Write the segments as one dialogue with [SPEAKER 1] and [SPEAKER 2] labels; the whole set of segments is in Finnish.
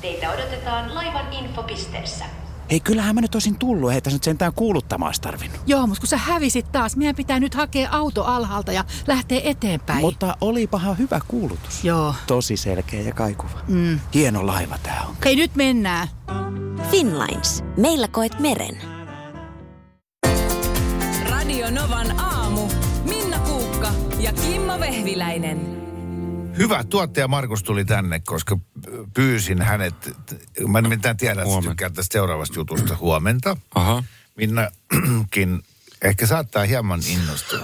[SPEAKER 1] Teitä odotetaan laivan infopisteessä.
[SPEAKER 2] Hei, kyllähän mä nyt osin tullut. Hei, tässä nyt sentään kuuluttamaan olisi tarvinnut.
[SPEAKER 3] Joo, mutta kun sä hävisit taas, meidän pitää nyt hakea auto alhaalta ja lähteä eteenpäin.
[SPEAKER 2] Mutta olipahan hyvä kuulutus.
[SPEAKER 3] Joo.
[SPEAKER 2] Tosi selkeä ja kaikuva. Mm. Hieno laiva tää on.
[SPEAKER 3] Hei, nyt mennään.
[SPEAKER 4] Finlines. Meillä koet meren.
[SPEAKER 5] Radio Novan aamu. Minna Kuukka ja Kimmo Vehviläinen.
[SPEAKER 6] Hyvä, tuottaja Markus tuli tänne, koska pyysin hänet, mä nimittäin tiedän, että
[SPEAKER 7] Huomenta.
[SPEAKER 6] tykkää tästä seuraavasta jutusta huomenta.
[SPEAKER 7] Aha.
[SPEAKER 6] Minnakin ehkä saattaa hieman innostua.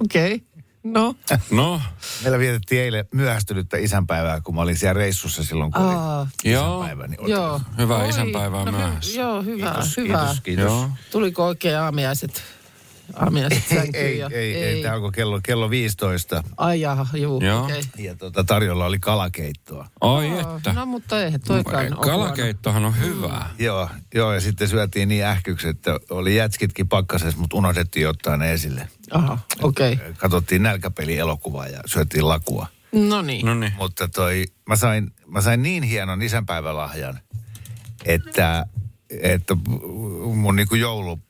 [SPEAKER 7] Okei. Okay. No. No,
[SPEAKER 6] Meillä vietettiin eilen myöhästynyttä isänpäivää, kun mä olin siellä reissussa silloin, kun oli
[SPEAKER 8] Aa,
[SPEAKER 7] joo.
[SPEAKER 6] isänpäivä. Niin
[SPEAKER 8] joo.
[SPEAKER 7] Hyvää isänpäivää myöhässä.
[SPEAKER 8] Joo, hyvä,
[SPEAKER 6] Kiitos,
[SPEAKER 8] hyvä.
[SPEAKER 6] kiitos, kiitos.
[SPEAKER 7] Joo.
[SPEAKER 8] Tuliko oikein aamiaiset? Aamiaiset
[SPEAKER 6] Ei,
[SPEAKER 8] sänkyyn
[SPEAKER 6] ei,
[SPEAKER 8] ja-
[SPEAKER 6] ei, ei. Tämä alkoi kello, kello 15
[SPEAKER 8] Ai jaha, juu,
[SPEAKER 7] Joo.
[SPEAKER 8] okei.
[SPEAKER 6] ja tuota, tarjolla oli kalakeittoa.
[SPEAKER 7] Ai
[SPEAKER 8] Joo,
[SPEAKER 7] että.
[SPEAKER 8] No Mm. mutta eihän toikaan ole
[SPEAKER 7] Kalakeittohan on hyvää.
[SPEAKER 6] Joo, joo, ja sitten syötiin niin ähkyksi, että oli jätskitkin pakkasessa, mutta unohdettiin ottaa ne esille.
[SPEAKER 8] huono. Aha, okei.
[SPEAKER 6] Katsottiin nälkäpelielokuvaa ja syötiin lakua.
[SPEAKER 8] No niin.
[SPEAKER 7] No niin.
[SPEAKER 6] Mutta toi, mä sain, mä sain niin hienon isänpäivälahjan, että, että mun niinku joulu,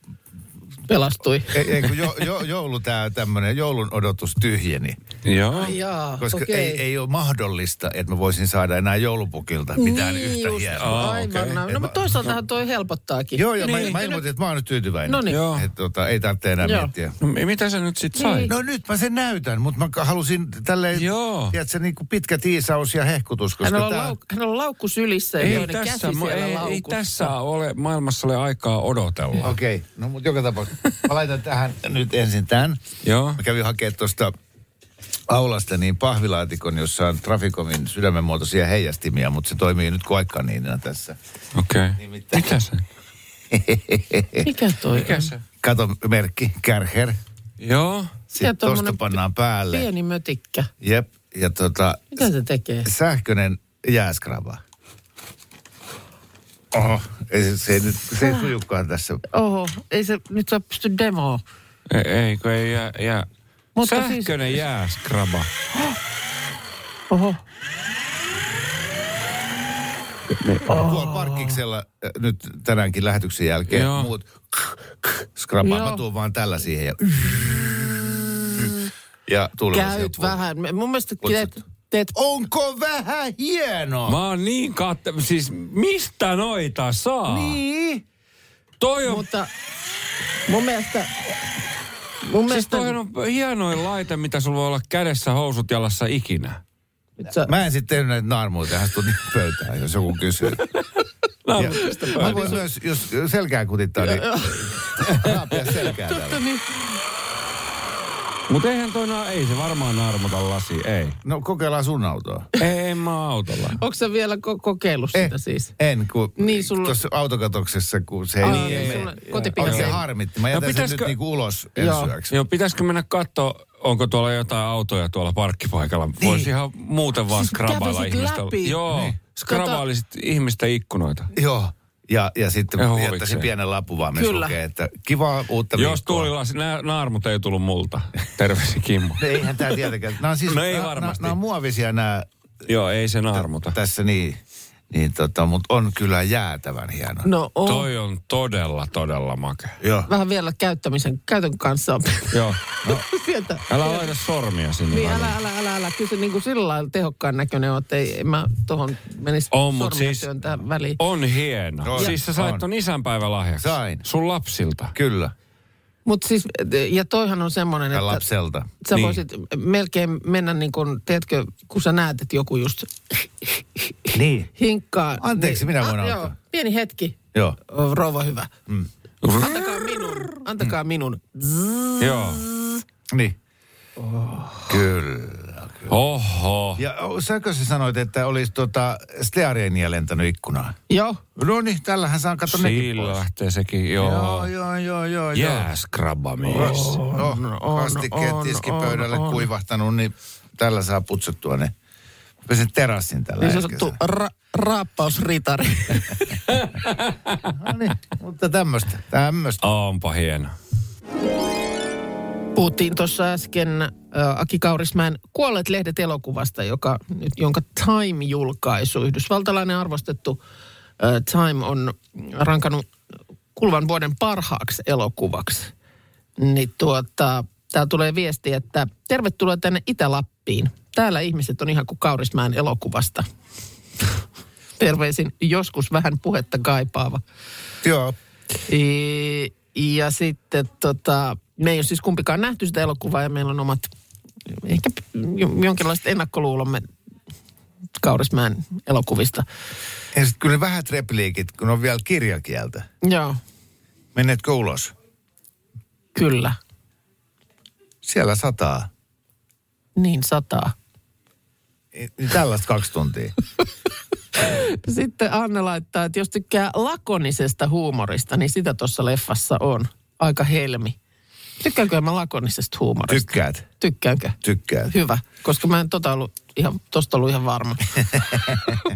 [SPEAKER 8] Pelastui.
[SPEAKER 6] ei, ei kun jo, jo, joulu tää tämmönen, joulun odotus tyhjeni.
[SPEAKER 7] Joo.
[SPEAKER 8] Jaa,
[SPEAKER 6] Koska
[SPEAKER 8] Ah, okei.
[SPEAKER 6] ei, ei ole mahdollista, että mä voisin saada enää joulupukilta mitään
[SPEAKER 8] niin,
[SPEAKER 6] yhtä
[SPEAKER 8] just,
[SPEAKER 6] hienoa.
[SPEAKER 7] Aa,
[SPEAKER 8] Aivan.
[SPEAKER 7] okei.
[SPEAKER 8] Okay. No, mutta toisaaltahan toi helpottaakin.
[SPEAKER 6] Joo, joo, niin. mä, mä ilmoitin, että mä oon nyt tyytyväinen.
[SPEAKER 8] No niin.
[SPEAKER 7] Joo.
[SPEAKER 6] Että tota, ei tarvitse enää
[SPEAKER 8] Joo.
[SPEAKER 6] miettiä.
[SPEAKER 7] No, mi- mitä sä nyt
[SPEAKER 8] Niin.
[SPEAKER 7] sit sait?
[SPEAKER 6] No nyt mä sen näytän, mutta mä ka- halusin tälleen,
[SPEAKER 7] Joo.
[SPEAKER 6] tiedätkö, niin kuin pitkä tiisaus ja hehkutus, koska
[SPEAKER 8] Hänellä on,
[SPEAKER 6] tää...
[SPEAKER 8] lauk- hänellä on laukku sylissä ja
[SPEAKER 7] Ei
[SPEAKER 8] toinen
[SPEAKER 7] tässä,
[SPEAKER 8] käsi
[SPEAKER 7] mu-
[SPEAKER 8] siellä
[SPEAKER 7] ei, ei
[SPEAKER 8] laukussa.
[SPEAKER 7] tässä ole, maailmassa ole aikaa odotella.
[SPEAKER 6] Okei, okay. no mutta joka tapauksessa. Mä laitan tähän nyt ensin tämän.
[SPEAKER 7] Joo.
[SPEAKER 6] Mä kävin hakemaan tuosta aulasta niin pahvilaatikon, jossa on Traficomin sydämenmuotoisia heijastimia, mutta se toimii nyt kuin aikaan niinä tässä.
[SPEAKER 7] Okei.
[SPEAKER 6] Nimittäin-
[SPEAKER 7] Mitä se?
[SPEAKER 8] Mikä toi
[SPEAKER 7] Mikä
[SPEAKER 8] on?
[SPEAKER 7] se?
[SPEAKER 6] Kato merkki, kärher.
[SPEAKER 7] Joo.
[SPEAKER 6] Sitten tuosta
[SPEAKER 8] tommonen
[SPEAKER 6] pannaan päälle.
[SPEAKER 8] Pieni mötikkä.
[SPEAKER 6] Jep, ja tota,
[SPEAKER 8] Mitä se tekee?
[SPEAKER 6] sähköinen jääskraba. Oho, ei, se, se, ei nyt, se
[SPEAKER 8] Ah.
[SPEAKER 6] ei sujukaan tässä.
[SPEAKER 8] Oho, ei se nyt saa pysty demoon.
[SPEAKER 7] Ei, E- ei kun ei jää. jää.
[SPEAKER 8] Mutta siis-
[SPEAKER 7] Sähköinen siis... jääskraba.
[SPEAKER 8] Oho.
[SPEAKER 6] Oh. Tuolla parkkiksella äh, nyt tänäänkin lähetyksen jälkeen Joo.
[SPEAKER 7] Joo.
[SPEAKER 6] muut k- k- skrabaa. Mä
[SPEAKER 8] Joo.
[SPEAKER 6] tuun vaan tällä siihen ja... Ja tulee
[SPEAKER 8] Käyt vähän. Me- Mun mielestä
[SPEAKER 6] Voit
[SPEAKER 8] teet, teet
[SPEAKER 6] Onko vähän hienoa?
[SPEAKER 7] Mä oon niin katte... Siis mistä noita saa?
[SPEAKER 6] Niin.
[SPEAKER 7] Toi on,
[SPEAKER 8] mutta mun mielestä... Mun
[SPEAKER 7] siis
[SPEAKER 8] mielestä...
[SPEAKER 7] toi on hienoin laite, mitä sulla voi olla kädessä housut jalassa ikinä.
[SPEAKER 8] Nyt sä-
[SPEAKER 6] Mä en sitten tehnyt näitä naarmuja tähän tunnin pöytään, jos joku kysyy.
[SPEAKER 7] No,
[SPEAKER 6] Ja, mä voin myös, jos selkää kutittaa, niin raapia selkää täällä.
[SPEAKER 7] Mutta eihän toi, na- ei se varmaan armota lasi, ei.
[SPEAKER 6] No kokeillaan sun autoa. Eh,
[SPEAKER 7] Ei, en mä autolla.
[SPEAKER 8] Onko sä vielä ko- kokeillut
[SPEAKER 7] Eh.
[SPEAKER 8] sitä siis?
[SPEAKER 6] En, kun
[SPEAKER 8] Niin, sulla-
[SPEAKER 6] tuossa autokatoksessa, kun se ei...
[SPEAKER 8] Aa,
[SPEAKER 6] niin,
[SPEAKER 8] sulla
[SPEAKER 6] ei-
[SPEAKER 8] kotipihalla.
[SPEAKER 6] Oikein
[SPEAKER 8] Okei.
[SPEAKER 6] harmitti. Mä jätän no, sen
[SPEAKER 7] pitäisikö-
[SPEAKER 6] nyt niinku ulos ensi
[SPEAKER 8] Joo.
[SPEAKER 6] yöksi.
[SPEAKER 7] Joo, pitäisikö mennä katsoa, onko tuolla jotain autoja tuolla parkkipaikalla? Niin. Voisi ihan muuten vaan
[SPEAKER 8] Siis
[SPEAKER 7] skrabailla
[SPEAKER 8] kävisit
[SPEAKER 7] ihmistä.
[SPEAKER 8] läpi.
[SPEAKER 7] Joo, niin. skrabailisit ihmistä ikkunoita.
[SPEAKER 6] Joo. Ja, ja sitten
[SPEAKER 7] Ihan
[SPEAKER 6] jättäisin
[SPEAKER 7] huvikseen.
[SPEAKER 6] pienen lapun vaan, missä
[SPEAKER 8] Kyllä.
[SPEAKER 6] lukee, että kivaa uutta
[SPEAKER 7] Jos
[SPEAKER 6] viikkoa.
[SPEAKER 7] tuli lasi, nää naarmut ei tullut multa. Terveisi Kimmo.
[SPEAKER 6] No Eihän tää tietenkään. Nämä on siis,
[SPEAKER 7] No ei
[SPEAKER 6] nää- nää-
[SPEAKER 7] varmasti.
[SPEAKER 6] Nää on muovisia nämä
[SPEAKER 7] Joo, ei se naarmuta.
[SPEAKER 6] tässä niin. Niin tota, mutta on kyllä jäätävän hieno.
[SPEAKER 8] No on.
[SPEAKER 7] Toi on todella, todella make.
[SPEAKER 6] Joo.
[SPEAKER 8] Vähän vielä käyttämisen, käytön kanssa on
[SPEAKER 7] Joo. No,
[SPEAKER 8] sieltä.
[SPEAKER 7] älä laita sormia sinne.
[SPEAKER 8] Niin,
[SPEAKER 7] väliin.
[SPEAKER 8] älä, älä, älä, älä. Kyllä se niin kuin sillä lailla tehokkaan näköinen on, että ei en mä tohon menisi
[SPEAKER 7] On, mut
[SPEAKER 8] sormia
[SPEAKER 7] siis-
[SPEAKER 8] työntää väliin.
[SPEAKER 7] On hieno.
[SPEAKER 6] Joo,
[SPEAKER 7] siis sä
[SPEAKER 6] on.
[SPEAKER 7] sait ton isänpäivälahjaksi.
[SPEAKER 6] Sain.
[SPEAKER 7] Sun lapsilta.
[SPEAKER 6] Kyllä.
[SPEAKER 8] Mutta siis, ja toihan on semmoinen,
[SPEAKER 6] Ja
[SPEAKER 8] että
[SPEAKER 6] lapselta.
[SPEAKER 8] sä
[SPEAKER 7] Niin.
[SPEAKER 8] voisit melkein mennä niin kuin, teetkö, kun sä näet, että joku just
[SPEAKER 6] Niin.
[SPEAKER 8] hinkkaa.
[SPEAKER 6] Anteeksi, minä voin
[SPEAKER 8] Ah,
[SPEAKER 6] auttaa.
[SPEAKER 8] Joo, pieni hetki.
[SPEAKER 6] Joo.
[SPEAKER 8] Oh, Rouva hyvä. Mm. Antakaa minun, antakaa minun.
[SPEAKER 6] Mm.
[SPEAKER 7] Joo.
[SPEAKER 6] Niin. Oh. Kyllä.
[SPEAKER 7] Oho.
[SPEAKER 6] Ja o, säkö sä sanoit, että olisi tota steareenia lentänyt ikkunaan?
[SPEAKER 8] Joo,
[SPEAKER 6] No niin, tällähän saan katsoa nekin
[SPEAKER 7] Sillä
[SPEAKER 6] pois.
[SPEAKER 7] lähtee sekin, joo.
[SPEAKER 6] Joo, joo, joo, joo. joo.
[SPEAKER 7] Jääskrabamies.
[SPEAKER 6] Oh, no, kastikkeet tiskipöydälle kuivahtanut, niin tällä saa putsuttua ne. Pesin terassin tällä
[SPEAKER 8] niin
[SPEAKER 6] niin
[SPEAKER 8] sanottu ra- raappausritari.
[SPEAKER 6] no niin, mutta tämmöistä, tämmöistä.
[SPEAKER 7] Onpa hieno.
[SPEAKER 8] Puhuttiin tuossa äsken ö, Aki Kaurismäen Kuolleet lehdet elokuvasta, joka, nyt- jonka Time-julkaisu, yhdysvaltalainen arvostettu ö, Time on rankannut kuluvan vuoden parhaaksi elokuvaksi. Niin tuota, täällä tulee viesti, että tervetuloa tänne Itä-Lappiin. Täällä ihmiset on ihan kuin Kaurismäen elokuvasta. Terveisin joskus vähän puhetta kaipaava.
[SPEAKER 6] Joo.
[SPEAKER 8] I- Ja sitten tota, me ei ole siis kumpikaan nähty sitä elokuvaa ja meillä on omat ehkä jo- jonkinlaiset ennakkoluulomme Kaurismäen elokuvista.
[SPEAKER 6] Ja sitten kyllä ne vähät repliikit, kun on vielä kirjakieltä.
[SPEAKER 8] Joo,
[SPEAKER 6] Menetkö ulos?
[SPEAKER 8] kyllä.
[SPEAKER 6] Siellä sataa.
[SPEAKER 8] Niin sataa.
[SPEAKER 6] Niin Tällaista kaksi tuntia.
[SPEAKER 8] Sitten Anne laittaa, että jos tykkää lakonisesta huumorista, niin sitä tuossa leffassa on. Aika helmi. Tykkäänkö mä lakonisesta huumorista?
[SPEAKER 6] Tykkäät?
[SPEAKER 8] Tykkäänkö?
[SPEAKER 6] Tykkään.
[SPEAKER 8] Hyvä, koska mä en tota ollut ihan, tosta ollut ihan varma.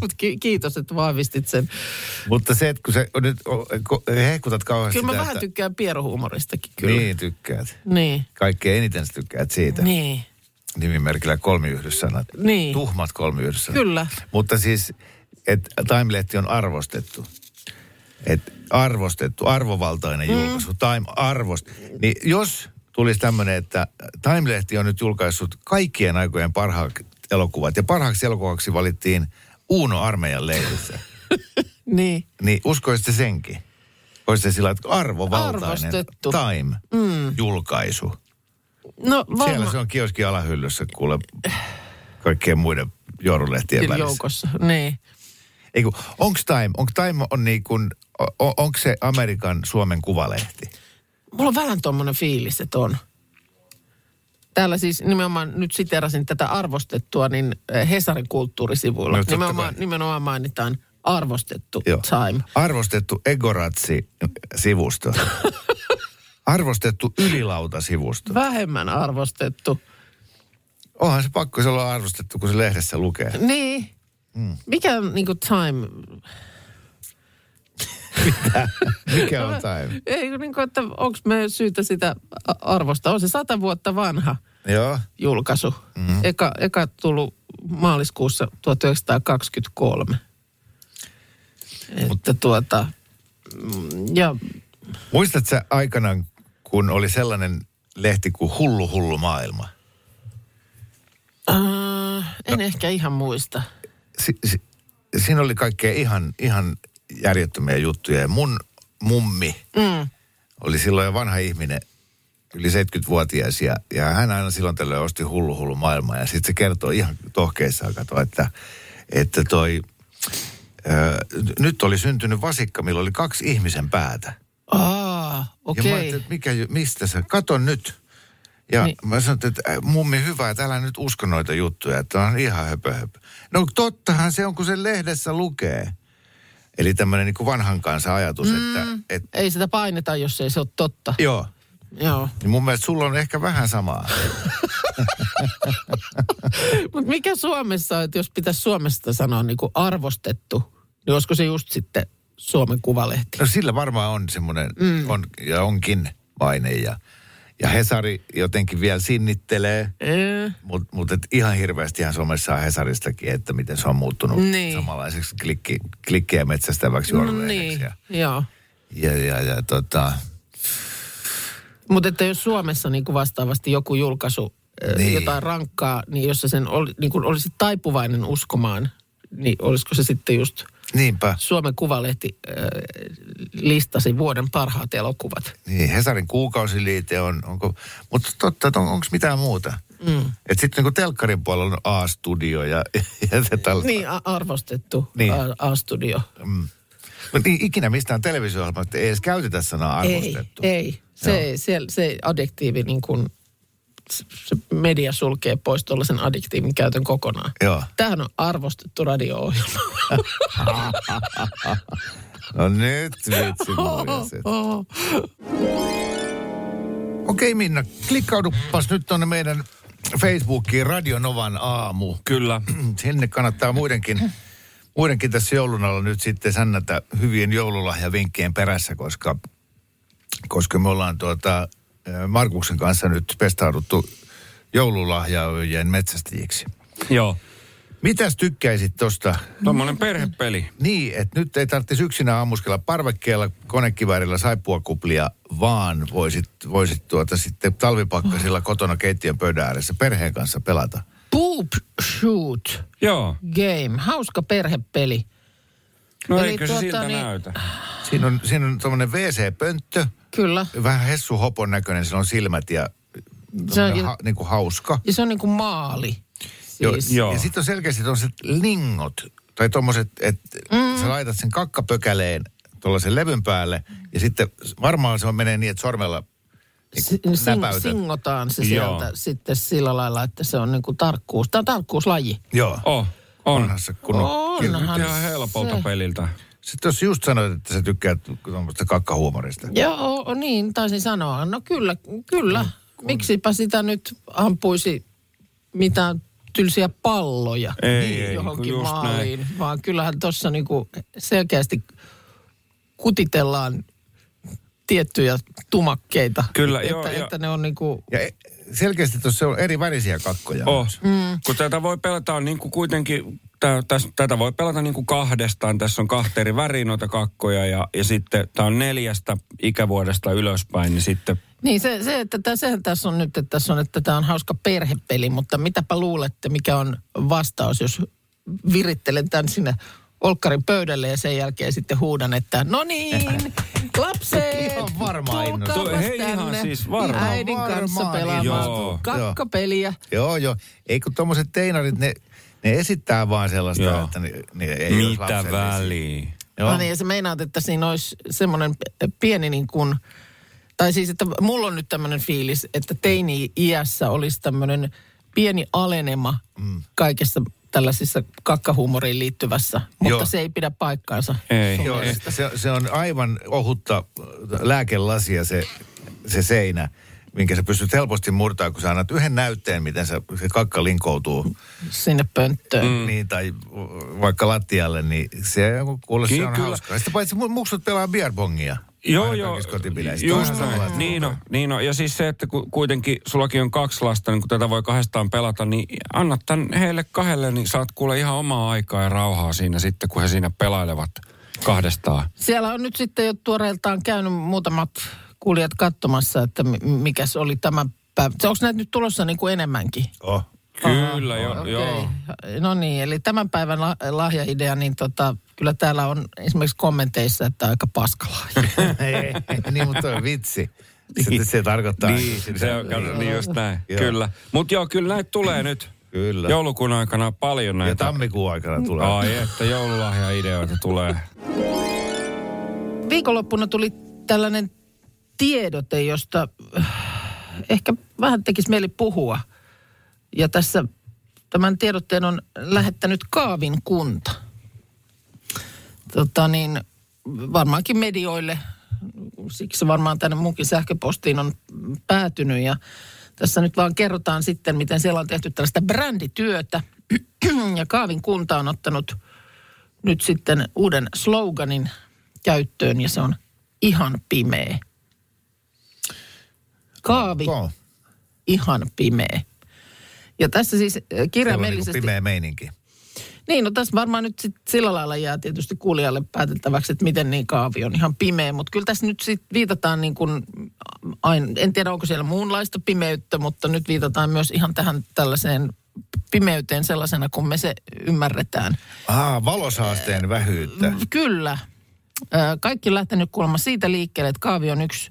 [SPEAKER 8] Mut ki- kiitos, että vahvistit sen.
[SPEAKER 6] Mutta se, että kun sä nyt o- ko- hehkutat kauheasti
[SPEAKER 8] Kyllä mä
[SPEAKER 6] sitä,
[SPEAKER 8] vähän
[SPEAKER 6] että-
[SPEAKER 8] tykkään pieruhuumoristakin kyllä.
[SPEAKER 6] Niin, tykkäät.
[SPEAKER 8] Niin.
[SPEAKER 6] Kaikkein eniten sä tykkäät siitä.
[SPEAKER 8] Niin.
[SPEAKER 6] Nimimerkillä kolmiyhdyssanat.
[SPEAKER 8] Niin.
[SPEAKER 6] Tuhmat kolmiyhdyssanat.
[SPEAKER 8] Kyllä.
[SPEAKER 6] Mutta siis, että Time-lehti on arvostettu. Et arvostettu, arvovaltainen
[SPEAKER 8] Mm.
[SPEAKER 6] julkaisu. Time arvost. Niin jos tulisi tämmöinen, että Time-lehti on nyt julkaissut kaikkien aikojen parhaat elokuvat. Ja parhaaksi elokuvaksi valittiin Uuno armeijan leirissä.
[SPEAKER 8] Niin.
[SPEAKER 6] Niin uskoisitte senkin? Olisitte sillä että arvovaltainen
[SPEAKER 8] Arvostettu. Mm.
[SPEAKER 6] Time-julkaisu.
[SPEAKER 8] No
[SPEAKER 6] Siellä
[SPEAKER 8] varmaan
[SPEAKER 6] se on kioski alahyllyssä kuule kaikkien muiden joululehtien välissä.
[SPEAKER 8] joukossa. Niin.
[SPEAKER 6] Eiku, onks Time, onks Time on niin kuin, on, onks se Amerikan Suomen kuvalehti?
[SPEAKER 8] Mulla on vähän tuommoinen fiilis, että on. Täällä siis nimenomaan, nyt siterasin tätä arvostettua, niin eh, Hesarin kulttuurisivuilla
[SPEAKER 6] No,
[SPEAKER 8] no,
[SPEAKER 6] totta
[SPEAKER 8] nimenomaan,
[SPEAKER 6] kai.
[SPEAKER 8] nimenomaan mainitaan arvostettu Joo. time.
[SPEAKER 6] Arvostettu Egoratsi-sivusto. Arvostettu ylilauta-sivusto.
[SPEAKER 8] Vähemmän arvostettu.
[SPEAKER 6] Onhan se pakko se olla arvostettu, kun se lehdessä lukee.
[SPEAKER 8] Niin. Mm. Mikä on niin time?
[SPEAKER 6] Mikä on Time?
[SPEAKER 8] Ei niin kuin, että onko me syytä sitä a- arvostaa. On se sata vuotta vanha.
[SPEAKER 6] Joo.
[SPEAKER 8] julkaisu. Mm-hmm. Eka, eka tullut maaliskuussa 1923. Mutta tuota, mm, ja
[SPEAKER 6] Muistatko sä aikanaan, kun oli sellainen lehti kuin Hullu Hullu Maailma?
[SPEAKER 8] äh, en ehkä ihan muista.
[SPEAKER 6] si, si, siinä oli kaikkea ihan, ihan järjettömiä juttuja. Ja mun mummi mm. oli silloin jo vanha ihminen, yli 70-vuotias, ja, ja hän aina silloin tällöin osti hullu hullu maailmaa. Ja sitten se kertoo ihan tohkeissaan, kato, että, että toi, ö, n- nyt oli syntynyt vasikka, millä oli kaksi ihmisen päätä.
[SPEAKER 8] Aa,
[SPEAKER 6] Ja mä
[SPEAKER 8] okei.
[SPEAKER 6] ajattelin,
[SPEAKER 8] Okay.
[SPEAKER 6] että mikä, ju- mistä sä, katon nyt. Ja niin.
[SPEAKER 8] Niin.
[SPEAKER 6] mä sanoin, että äh, mummi hyvä, että älä nyt usko noita juttuja, että on ihan höpö, höpö. No tottahan se on, kun se lehdessä lukee. Eli tämmöinen niin vanhan kanssa ajatus, mm. että... Et,
[SPEAKER 8] Ei sitä paineta, jos ei se ole totta.
[SPEAKER 6] joo.
[SPEAKER 8] Joo.
[SPEAKER 6] Niin mun mielestä sulla on ehkä vähän samaa.
[SPEAKER 8] Mutta mikä Suomessa, on, että jos pitäisi Suomesta sanoa niin kuin arvostettu, niin olisiko se just sitten Suomen Kuvalehti?
[SPEAKER 6] No sillä varmaan on semmoinen, mm. on, ja onkin paine. Ja, ja Hesari jotenkin vielä sinnittelee.
[SPEAKER 8] Ee,
[SPEAKER 6] Mutta mut et ihan hirveästihän somessa on Hesaristakin, että miten se on muuttunut
[SPEAKER 8] Niin.
[SPEAKER 6] samanlaiseksi klikki, klikkejä metsästäväksi
[SPEAKER 8] no
[SPEAKER 6] journalistiksi
[SPEAKER 8] niin,
[SPEAKER 6] ja,
[SPEAKER 8] joo.
[SPEAKER 6] ja, ja, ja tota,
[SPEAKER 8] Mutta että jos Suomessa niin kuin vastaavasti joku julkaisu
[SPEAKER 6] Niin.
[SPEAKER 8] niin. jotain rankkaa, niin jos sä sen oli, niin kuin olisit taipuvainen uskomaan, niin olisiko se sitten just
[SPEAKER 6] niinpä.
[SPEAKER 8] Suomen Kuvalehti äh, listasi vuoden parhaat elokuvat.
[SPEAKER 6] Niin, Hesarin kuukausiliite on, onko, mutta totta, että on, onko mitään muuta? Mm. Että sitten niinku telkkarin puolella on A-studio ja, ja se tällä.
[SPEAKER 8] Niin, a- arvostettu
[SPEAKER 6] Niin.
[SPEAKER 8] niin. A- A-studio.
[SPEAKER 6] Mutta ei ikinä mistään televisio ei edes käytetä sanaa arvostettu.
[SPEAKER 8] Ei, ei. Se, se, se adjektiivi niin kuin, se se media sulkee pois tuollaisen adjektiivin käytön kokonaan.
[SPEAKER 6] Joo.
[SPEAKER 8] Tämähän on arvostettu radio-ohjelma.
[SPEAKER 6] No nyt, vitsi,
[SPEAKER 8] Oh,
[SPEAKER 6] morjens. Okei Minna, klikkaudupas nyt tuonne meidän Facebookiin Radionovan aamu.
[SPEAKER 7] Kyllä.
[SPEAKER 6] Sinne kannattaa muidenkin, muidenkin tässä joulun alla nyt sitten sännätä hyvien joululahjavinkkien perässä, koska, koska me ollaan tuota, äh, Markuksen kanssa nyt pestauduttu joululahjaojen metsästäjiksi.
[SPEAKER 7] Joo.
[SPEAKER 6] Mitäs tykkäisit tuosta?
[SPEAKER 7] Tuommoinen perhepeli.
[SPEAKER 6] Niin, että nyt ei tarvitsisi yksinään ammuskella parvekkeella, konekiväärillä, saippuakuplia, vaan voisit, voisit tuota sitten talvipakkasilla kotona keittiön pöydän ääressä perheen kanssa pelata.
[SPEAKER 8] Poop shoot
[SPEAKER 7] Joo.
[SPEAKER 8] game. Hauska perhepeli.
[SPEAKER 7] No
[SPEAKER 8] Eli
[SPEAKER 7] eikö se
[SPEAKER 8] tuota
[SPEAKER 7] siltä
[SPEAKER 8] niin-
[SPEAKER 7] näytä?
[SPEAKER 6] Siinä on, siinä on tuommoinen WC-pönttö,
[SPEAKER 8] Kyllä.
[SPEAKER 6] vähän hessu hopon näköinen, sillä on silmät ja
[SPEAKER 8] Se on,
[SPEAKER 6] on, ha, niin kuin hauska.
[SPEAKER 8] ja se on niin kuin maali. Siis.
[SPEAKER 7] Joo.
[SPEAKER 6] Ja sitten on selkeästi tuommoiset lingot, tai tuommoiset, että mm. sä laitat sen kakkapökäleen tuollaisen levyn päälle, ja sitten varmaan se on menee niin, että sormella niin
[SPEAKER 8] Si-
[SPEAKER 6] kuin
[SPEAKER 8] sing-
[SPEAKER 6] näpäytät.
[SPEAKER 8] singotaan se
[SPEAKER 7] Joo.
[SPEAKER 8] sieltä sitten sillä lailla, että se on niin kuin tarkkuus. Tämä on tarkkuuslaji.
[SPEAKER 6] Joo,
[SPEAKER 7] Oh, on.
[SPEAKER 6] onhan se kunnon kirjoitus.
[SPEAKER 8] Onhan
[SPEAKER 7] Ihan helpolta
[SPEAKER 8] se.
[SPEAKER 7] peliltä.
[SPEAKER 6] Sitten jos just sanoit, että sä tykkäät tuommoista kakkahuumorista.
[SPEAKER 8] Joo, niin taisin sanoa. No kyllä, kyllä.
[SPEAKER 7] No,
[SPEAKER 8] Miksipä sitä nyt ampuisi mitään tylsiä palloja Niin
[SPEAKER 7] Ei, ei, kun
[SPEAKER 8] johonkin
[SPEAKER 7] just
[SPEAKER 8] maaliin, vaan kyllähän tuossa niinku selkeästi kutitellaan tiettyjä tumakkeita.
[SPEAKER 7] Kyllä,
[SPEAKER 8] että,
[SPEAKER 7] joo,
[SPEAKER 8] että,
[SPEAKER 7] ja-
[SPEAKER 8] ne on niinku,
[SPEAKER 6] Ja e- selkeästi tuossa on eri värisiä kakkoja.
[SPEAKER 7] Oh. Mm. Kun tätä voi pelata niin kuin kuitenkin, tä, täs, tätä voi pelata niin kuin kahdestaan. Tässä on kahta eri väriä noita kakkoja ja, ja sitten tämä on neljästä ikävuodesta ylöspäin, niin sitten
[SPEAKER 8] niin se, se että tä- sehän tässä on nyt, että tässä on, että tämä on hauska perhepeli, mutta mitäpä luulette, mikä on vastaus, jos virittelen tämän sinne olkkarin pöydälle ja sen jälkeen sitten huudan, että no niin, lapset,
[SPEAKER 6] Ihan varmaan innostunut.
[SPEAKER 8] tulkaapas
[SPEAKER 7] Hei, ihan
[SPEAKER 8] tänne
[SPEAKER 7] siis varmaan.
[SPEAKER 8] äidin kanssa
[SPEAKER 6] Varmaan
[SPEAKER 8] pelaamaan
[SPEAKER 7] innostunut.
[SPEAKER 8] kakkapeliä.
[SPEAKER 6] Joo, joo. Ei kun tuommoiset teinarit, ne, ne esittää vaan sellaista,
[SPEAKER 7] Joo.
[SPEAKER 6] että ne, ne ei ole
[SPEAKER 7] mitä
[SPEAKER 6] lapsellisia.
[SPEAKER 7] väliä.
[SPEAKER 6] Joo.
[SPEAKER 8] No niin, ja se meinaat, että siinä olisi semmoinen p- pieni niin kuin, tai siis, että mulla on nyt tämmöinen fiilis, että teini-iässä olisi tämmöinen pieni alenema mm. kaikessa tällaisissa kakkahuumoriin liittyvässä, mutta
[SPEAKER 6] Joo.
[SPEAKER 8] se ei pidä paikkaansa.
[SPEAKER 7] Ei.
[SPEAKER 6] Joo,
[SPEAKER 7] ei.
[SPEAKER 6] se, se on aivan ohutta lääkelasia se, se seinä, minkä sä pystyt helposti murtaa, kun sä annat yhden näytteen, miten sä, se kakka linkoutuu
[SPEAKER 8] Sinne pönttöön. Mm.
[SPEAKER 6] mm. niin, tai vaikka lattialle, niin se kuule, se
[SPEAKER 7] Niin,
[SPEAKER 6] on
[SPEAKER 7] kyllä.
[SPEAKER 6] hauskaa. Sitä paitsi mu- muksut pelaa beerbongia.
[SPEAKER 7] Joo,
[SPEAKER 6] aina
[SPEAKER 7] joo.
[SPEAKER 6] kaikissa kotibileissä. Toihan
[SPEAKER 7] Just
[SPEAKER 6] se on
[SPEAKER 7] näin.
[SPEAKER 6] sellaista.
[SPEAKER 7] Niin on, niin on. Ja siis se, että ku, kuitenkin sullakin on kaksi lasta, niin kun tätä voi kahdestaan pelata, niin anna tän heille kahdelle, niin saat kuule ihan omaa aikaa ja rauhaa siinä sitten, kun he siinä pelailevat kahdestaan.
[SPEAKER 8] Siellä on nyt sitten jo tuoreeltaan käynyt muutamat kuulijat katsomassa, että mi- mikäs oli tämä päivä. Onko näitä nyt tulossa niin kuin enemmänkin?
[SPEAKER 6] Oh.
[SPEAKER 7] Kyllä, joo, joo.
[SPEAKER 8] Okei. No niin, eli tämän päivän la- lahjaidea, niin tota, kyllä täällä on esimerkiksi kommenteissa, että aika paskalahja.
[SPEAKER 6] Ei, niin, mutta toi on vitsi. Se, se tarkoittaa.
[SPEAKER 7] Niin, se on, kato, niin just näin.
[SPEAKER 6] Joo.
[SPEAKER 7] Kyllä. Mutta joo, kyllä näitä tulee nyt.
[SPEAKER 6] Kyllä.
[SPEAKER 7] Joulukuun aikana paljon
[SPEAKER 6] Ja
[SPEAKER 7] näitä.
[SPEAKER 6] tammikuun aikana tulee.
[SPEAKER 7] Ai että joululahjaideoita tulee.
[SPEAKER 8] Viikonloppuna tuli tällainen tiedote, josta äh, ehkä vähän tekisi mieli puhua. Ja tässä tämän tiedotteen on lähettänyt Kaavin kunta. Tota niin, varmaankin medioille, siksi se varmaan tänne munkin sähköpostiin on päätynyt. Ja tässä nyt vaan kerrotaan sitten, miten siellä on tehty tällaista brändityötä. Ja Kaavin kunta on ottanut nyt sitten uuden sloganin käyttöön ja se on ihan pimeä. Kaavi,
[SPEAKER 6] Joo. niinku
[SPEAKER 8] ihan pimeä. Ja tässä siis äh,
[SPEAKER 6] Siellä on niin
[SPEAKER 8] kirjaimellisesti...
[SPEAKER 6] kuin pimeä meininki.
[SPEAKER 8] Niin, no tässä varmaan nyt sit sillä lailla jää tietysti kuulijalle päätettäväksi, että miten niin kaavi on ihan pimeä. Mutta kyllä tässä nyt sit viitataan niin kuin, aina, en tiedä onko siellä muunlaista pimeyttä, mutta nyt viitataan myös ihan tähän tällaiseen pimeyteen sellaisena, kun me se ymmärretään.
[SPEAKER 6] Aa, valosaasteen vähyyttä.
[SPEAKER 8] mm. Kyllä. Ö, Kaikki on lähtenyt kuulemma siitä liikkeelle, että kaavi on yksi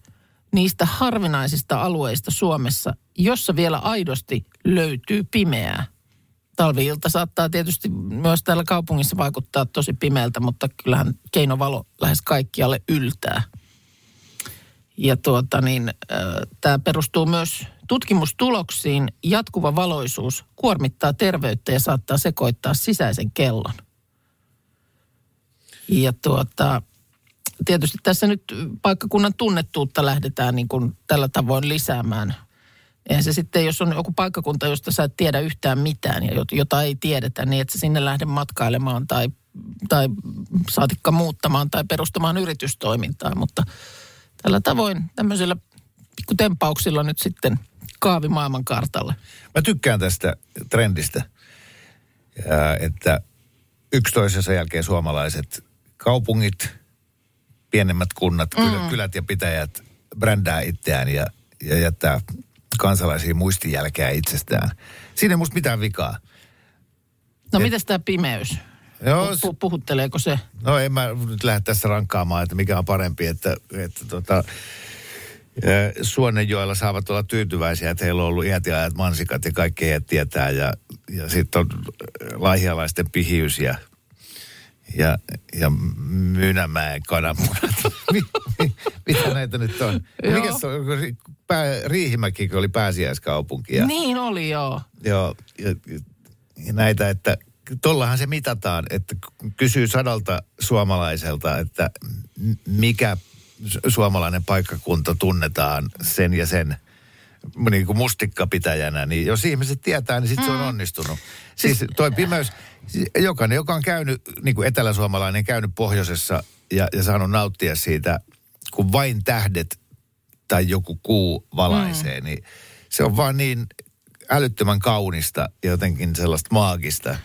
[SPEAKER 8] niistä harvinaisista alueista Suomessa, jossa vielä aidosti löytyy pimeää. Talviilta saattaa tietysti myös täällä kaupungissa vaikuttaa tosi pimeältä, mutta kyllähän keinovalo lähes kaikkialle yltää. Ja tuota niin, tämä perustuu myös tutkimustuloksiin. Jatkuva valoisuus kuormittaa terveyttä ja saattaa sekoittaa sisäisen kellon. Ja tuota, tietysti tässä nyt paikkakunnan tunnettuutta lähdetään niin kuin tällä tavoin lisäämään. Eihän se sitten, jos on joku paikkakunta, josta sä et tiedä yhtään mitään ja jot- jota ei tiedetä, niin et sä sinne lähde matkailemaan tai, tai saatikka muuttamaan tai perustamaan yritystoimintaa. Mutta tällä tavoin tämmöisillä pikkutempauksilla nyt sitten kaavi maailman kartalle.
[SPEAKER 6] Mä tykkään tästä trendistä, ää, että yksi toisensa jälkeen suomalaiset kaupungit, pienemmät kunnat, mm. kylät ja pitäjät brändää itseään ja, ja jättää kansalaisia muistijälkeä itsestään. Siinä ei musta mitään vikaa.
[SPEAKER 8] No mitäs tämä pimeys?
[SPEAKER 6] Joo,
[SPEAKER 8] Pu- pu- puhutteleeko se?
[SPEAKER 6] No en mä nyt lähde tässä rankkaamaan, että mikä on parempi, että, että tota, eh, Suonenjoella saavat olla tyytyväisiä, että heillä on ollut iätiajat, mansikat ja kaikki he tietää. Ja, ja sitten on laihialaisten pihiys ja, ja, ja Mynämäen kananmunat. Mi- mi- Mitä näitä nyt on? Mikä se on? Pää, Riihimäki oli pääsiäiskaupunki. Ja,
[SPEAKER 8] Niin oli joo.
[SPEAKER 6] Joo, ja, ja näitä, että tollahan se mitataan, että kysyy sadalta suomalaiselta, että m- mikä su- suomalainen paikkakunta tunnetaan sen ja sen niin kuin mustikkapitäjänä, niin jos ihmiset tietää, niin sitten se on
[SPEAKER 8] Mm.
[SPEAKER 6] onnistunut. Siis toi pimeys, siis jokainen, joka on käynyt, niin kuin eteläsuomalainen, käynyt pohjoisessa ja, ja saanut nauttia siitä, kun vain tähdet tai joku kuu valaisee, mm. niin se on vaan niin älyttömän kaunista ja jotenkin sellaista maagista.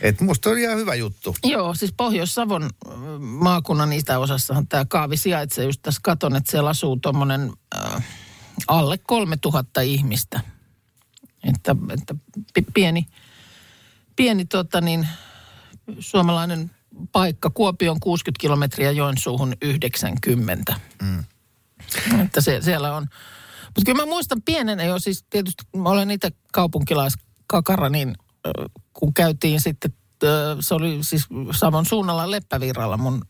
[SPEAKER 6] Että musta on ihan hyvä juttu.
[SPEAKER 8] Joo, siis Pohjois-Savon äh, maakunnan itäosassahan tämä kaavi sijaitsee just tässä katon, että siellä asuu tuommoinen äh, alle 3000 ihmistä. Että, että pi- pieni, pieni tota niin, suomalainen paikka. Kuopio on 60 kilometriä, Joensuuhun 90. Mm. Että se, siellä on. Mutta kyllä mä muistan pienenä jo, siis tietysti mä olen itse kaupunkilaiskakara, niin ö, kun käytiin sitten, ö, se oli siis Savon suunnalla Leppävirralla mun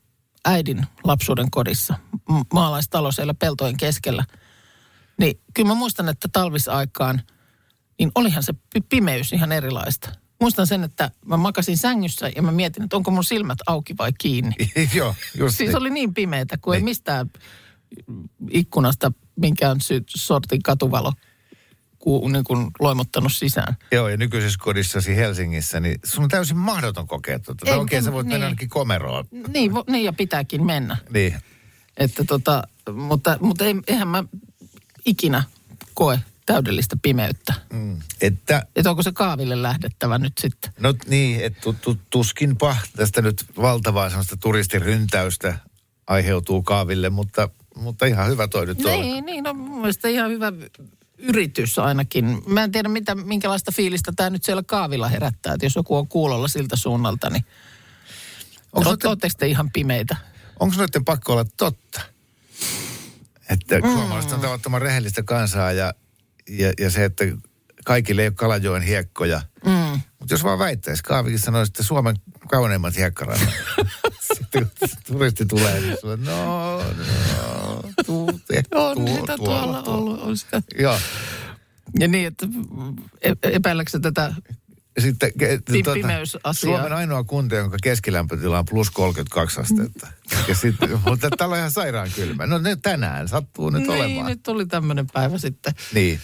[SPEAKER 8] äidin lapsuuden kodissa, m- maalaistalo siellä peltojen keskellä. Niin kyllä mä muistan, että talvisaikaan, niin olihan se pi- pimeys ihan erilaista. Muistan sen, että mä makasin sängyssä ja mä mietin, että onko mun silmät auki vai kiinni.
[SPEAKER 6] Joo, just
[SPEAKER 8] Siis
[SPEAKER 6] niin.
[SPEAKER 8] oli niin pimeätä, kun ei mistään ikkunasta minkään sy- sortin katuvalo ku, niin kuin loimottanut sisään.
[SPEAKER 6] Joo, ja nykyisessä kodissasi Helsingissä, niin sun on täysin mahdoton kokea tuota.
[SPEAKER 8] Ei,
[SPEAKER 6] Tai Oikein sä voit
[SPEAKER 8] niin.
[SPEAKER 6] mennä ainakin komeroon.
[SPEAKER 8] Niin, vo- niin ja pitääkin mennä.
[SPEAKER 6] Niin.
[SPEAKER 8] Että tota, mutta, mutta ei, eihän mä ikinä koe täydellistä pimeyttä.
[SPEAKER 6] Mm. Että,
[SPEAKER 8] Että onko se kaaville lähdettävä nyt sitten?
[SPEAKER 6] no niin, että tu, tu, tuskinpa tästä nyt valtavaa semmoista turistiryntäystä aiheutuu kaaville, mutta, mutta ihan hyvä toi nyt on.
[SPEAKER 8] Niin, niin, no mun mielestä ihan hyvä yritys ainakin. Mä en tiedä, mitä, minkälaista fiilistä tämä nyt siellä kaavilla herättää. Että jos joku on kuulolla siltä suunnalta, niin
[SPEAKER 6] Onko
[SPEAKER 8] Oot- ootteko te ihan pimeitä?
[SPEAKER 6] onko noiden pakko olla totta? Että mm. suomalaiset on tavattoman rehellistä kansaa ja, ja, ja se, että kaikille ei ole Kalajoen hiekkoja. Mm. Mutta jos vaan väittäisi, Kaavikin sanoisi, että Suomen kauneimmat hiekkarannat. Sitten kun turisti tulee, niin sulle, no, no, tuu, te,
[SPEAKER 8] On
[SPEAKER 6] tuo-
[SPEAKER 8] sitä tuolla
[SPEAKER 6] tuo.
[SPEAKER 8] ollut. On sitä.
[SPEAKER 6] Joo.
[SPEAKER 8] Ja niin, että e- epäilläksä tätä
[SPEAKER 6] Sitten, ke-
[SPEAKER 8] Pi-
[SPEAKER 6] tuota,
[SPEAKER 8] pimeysasia.
[SPEAKER 6] Suomen ainoa kunta, jonka keskilämpötila on plus 32 astetta. Ja sitten, mutta täällä on ihan sairaan kylmä. No ne tänään sattuu nyt
[SPEAKER 8] niin,
[SPEAKER 6] olemaan.
[SPEAKER 8] nyt tuli tämmöinen päivä sitten.
[SPEAKER 6] Niin.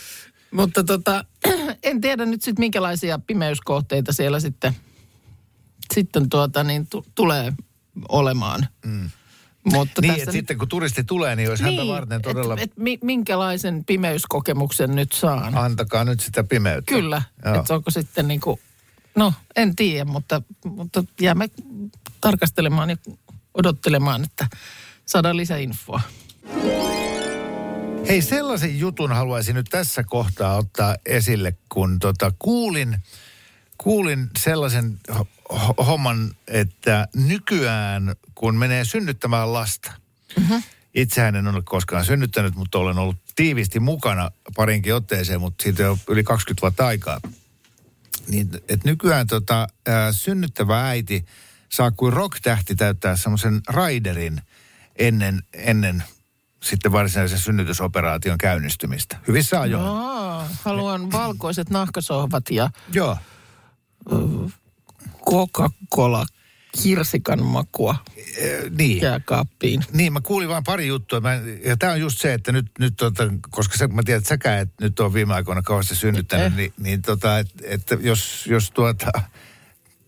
[SPEAKER 8] Mutta tota, en tiedä nyt sitten minkälaisia pimeyskohteita siellä sitten, sitten tuota niin tu- tulee olemaan. Mm. Mutta
[SPEAKER 6] Niin,
[SPEAKER 8] tässä
[SPEAKER 6] että
[SPEAKER 8] nyt-
[SPEAKER 6] sitten kun turisti tulee, niin olisi häntä varten todella...
[SPEAKER 8] et, et, mi- minkälaisen pimeyskokemuksen nyt saan.
[SPEAKER 6] Antakaa nyt sitä pimeyttä.
[SPEAKER 8] Kyllä,
[SPEAKER 6] Ah, Joo.
[SPEAKER 8] että onko sitten niin kuin, no en tiedä, mutta, mutta jäämme tarkastelemaan ja odottelemaan, että saadaan lisäinfoa.
[SPEAKER 6] Hei, sellaisen jutun haluaisin nyt tässä kohtaa ottaa esille, kun tota, kuulin, kuulin sellaisen ho- ho- homman, että nykyään kun menee synnyttämään lasta, itsehän en ole koskaan synnyttänyt, mutta olen ollut tiivisti mukana parinkin otteeseen, mutta siitä on yli 20 vuotta aikaa. Niin, et nykyään tota, ää, synnyttävä äiti saa kuin rocktähti täyttää semmoisen raiderin ennen, ennen sitten varsinaisen synnytysoperaation käynnistymistä. Hyvissä ajoin. No.
[SPEAKER 8] Aa, haluan valkoiset nahkasohvat ja
[SPEAKER 6] Joo.
[SPEAKER 8] Coca-Cola kirsikan makua
[SPEAKER 6] E, niin.
[SPEAKER 8] jääkaappiin.
[SPEAKER 6] Niin, mä kuulin vain pari juttua. Mä, ja tämä on just se, että nyt, nyt tota, koska sä, mä tiedän, että säkään et nyt on viime aikoina kauheasti synnyttänyt,
[SPEAKER 8] Eh.
[SPEAKER 6] niin, niin tota, et, että jos, jos tuota,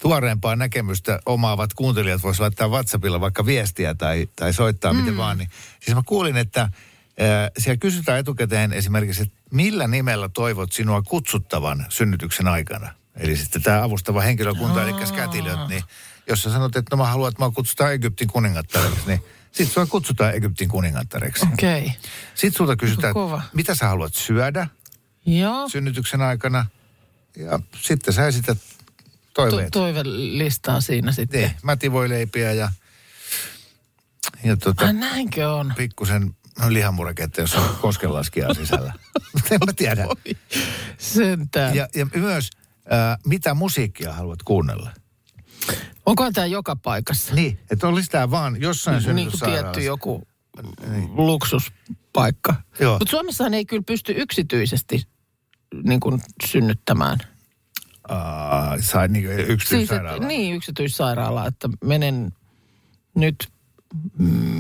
[SPEAKER 6] tuoreempaa näkemystä omaavat kuuntelijat voisivat laittaa WhatsAppilla vaikka viestiä tai, tai soittaa mm. miten vaan, niin siis mä kuulin, että Ää, Siellä kysytään etukäteen esimerkiksi, että millä nimellä toivot sinua kutsuttavan synnytyksen aikana? Eli sitten tämä avustava henkilökunta, eli kätilöt, niin jos sä sanot, että no mä haluan, että mä kutsutaan Egyptin kuningattareksi, niin sitten sua kutsutaan Egyptin kuningattareksi.
[SPEAKER 8] Okei. Okay.
[SPEAKER 6] Sitten sulta kysytään,
[SPEAKER 8] Kova. No.
[SPEAKER 6] että mitä sä haluat syödä
[SPEAKER 8] Joo.
[SPEAKER 6] synnytyksen aikana? Ja sitten sä esität
[SPEAKER 8] To-
[SPEAKER 6] toiveet.
[SPEAKER 8] toivelistaa siinä sitten.
[SPEAKER 6] Niin, mätivoileipiä ja, ja tota,
[SPEAKER 8] Ai Ah, näinkö on?
[SPEAKER 6] pikkusen lihamuraketta, jossa on koskenlaskijaa sisällä. en mä tiedä.
[SPEAKER 8] Sentään. Ja.
[SPEAKER 6] Ja, ja myös, ää, mitä musiikkia haluat kuunnella?
[SPEAKER 8] Onkohan tämä joka paikassa?
[SPEAKER 6] Niin, että olisi tämä vaan jossain
[SPEAKER 8] niin kuin tietty
[SPEAKER 6] synnytyssairaalassa.
[SPEAKER 8] joku luksuspaikka.
[SPEAKER 6] Niin. Joo.
[SPEAKER 8] Mutta Suomessahan ei kyllä pysty yksityisesti niin kuin synnyttämään.
[SPEAKER 6] Aa, sai niin yksityissairaala.
[SPEAKER 8] et, niin, yksityissairaala, että menen nyt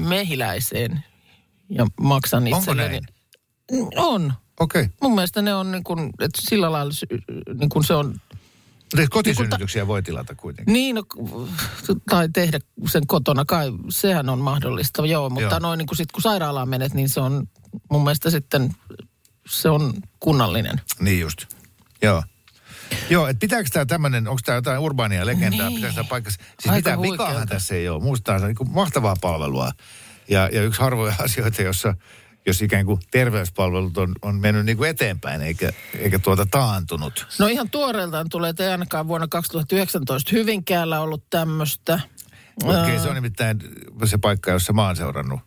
[SPEAKER 8] mehiläiseen ja maksan
[SPEAKER 6] Onko
[SPEAKER 8] itselleni.
[SPEAKER 6] näin?
[SPEAKER 8] näin? On.
[SPEAKER 6] Okei. Okay.
[SPEAKER 8] Mun mielestä ne on niin kuin, että sillä lailla sy- niin kuin se on
[SPEAKER 6] Mutta kotisynnytyksiä voi tilata kuitenkin.
[SPEAKER 8] Niin, no, tai tehdä sen kotona kai, sehän on mahdollista, joo. Mutta
[SPEAKER 6] Joo.
[SPEAKER 8] joo. noin niin kuin sit, kun sairaalaan menet, niin se on mun mielestä sitten, se on kunnallinen.
[SPEAKER 6] Niin just. Joo. Joo, että pitääkö tämä tämmöinen, onko tämä jotain urbaania legendaa, niin. pitääkö tämä paikassa? Siis
[SPEAKER 8] Aika
[SPEAKER 6] mitään
[SPEAKER 8] huikealta.
[SPEAKER 6] vikaahan tässä ei ole. Muistaa, se on niin mahtavaa palvelua. Ja, ja yksi harvoja asioita, jossa jos ikään kuin terveyspalvelut on, on mennyt niin kuin eteenpäin, eikä, eikä tuota taantunut.
[SPEAKER 8] No ihan tuoreeltaan tulee, että ei ainakaan vuonna 2019 Hyvinkäällä ollut tämmöistä.
[SPEAKER 6] Okei, okay, se on nimittäin se paikka, jossa mä oon seurannut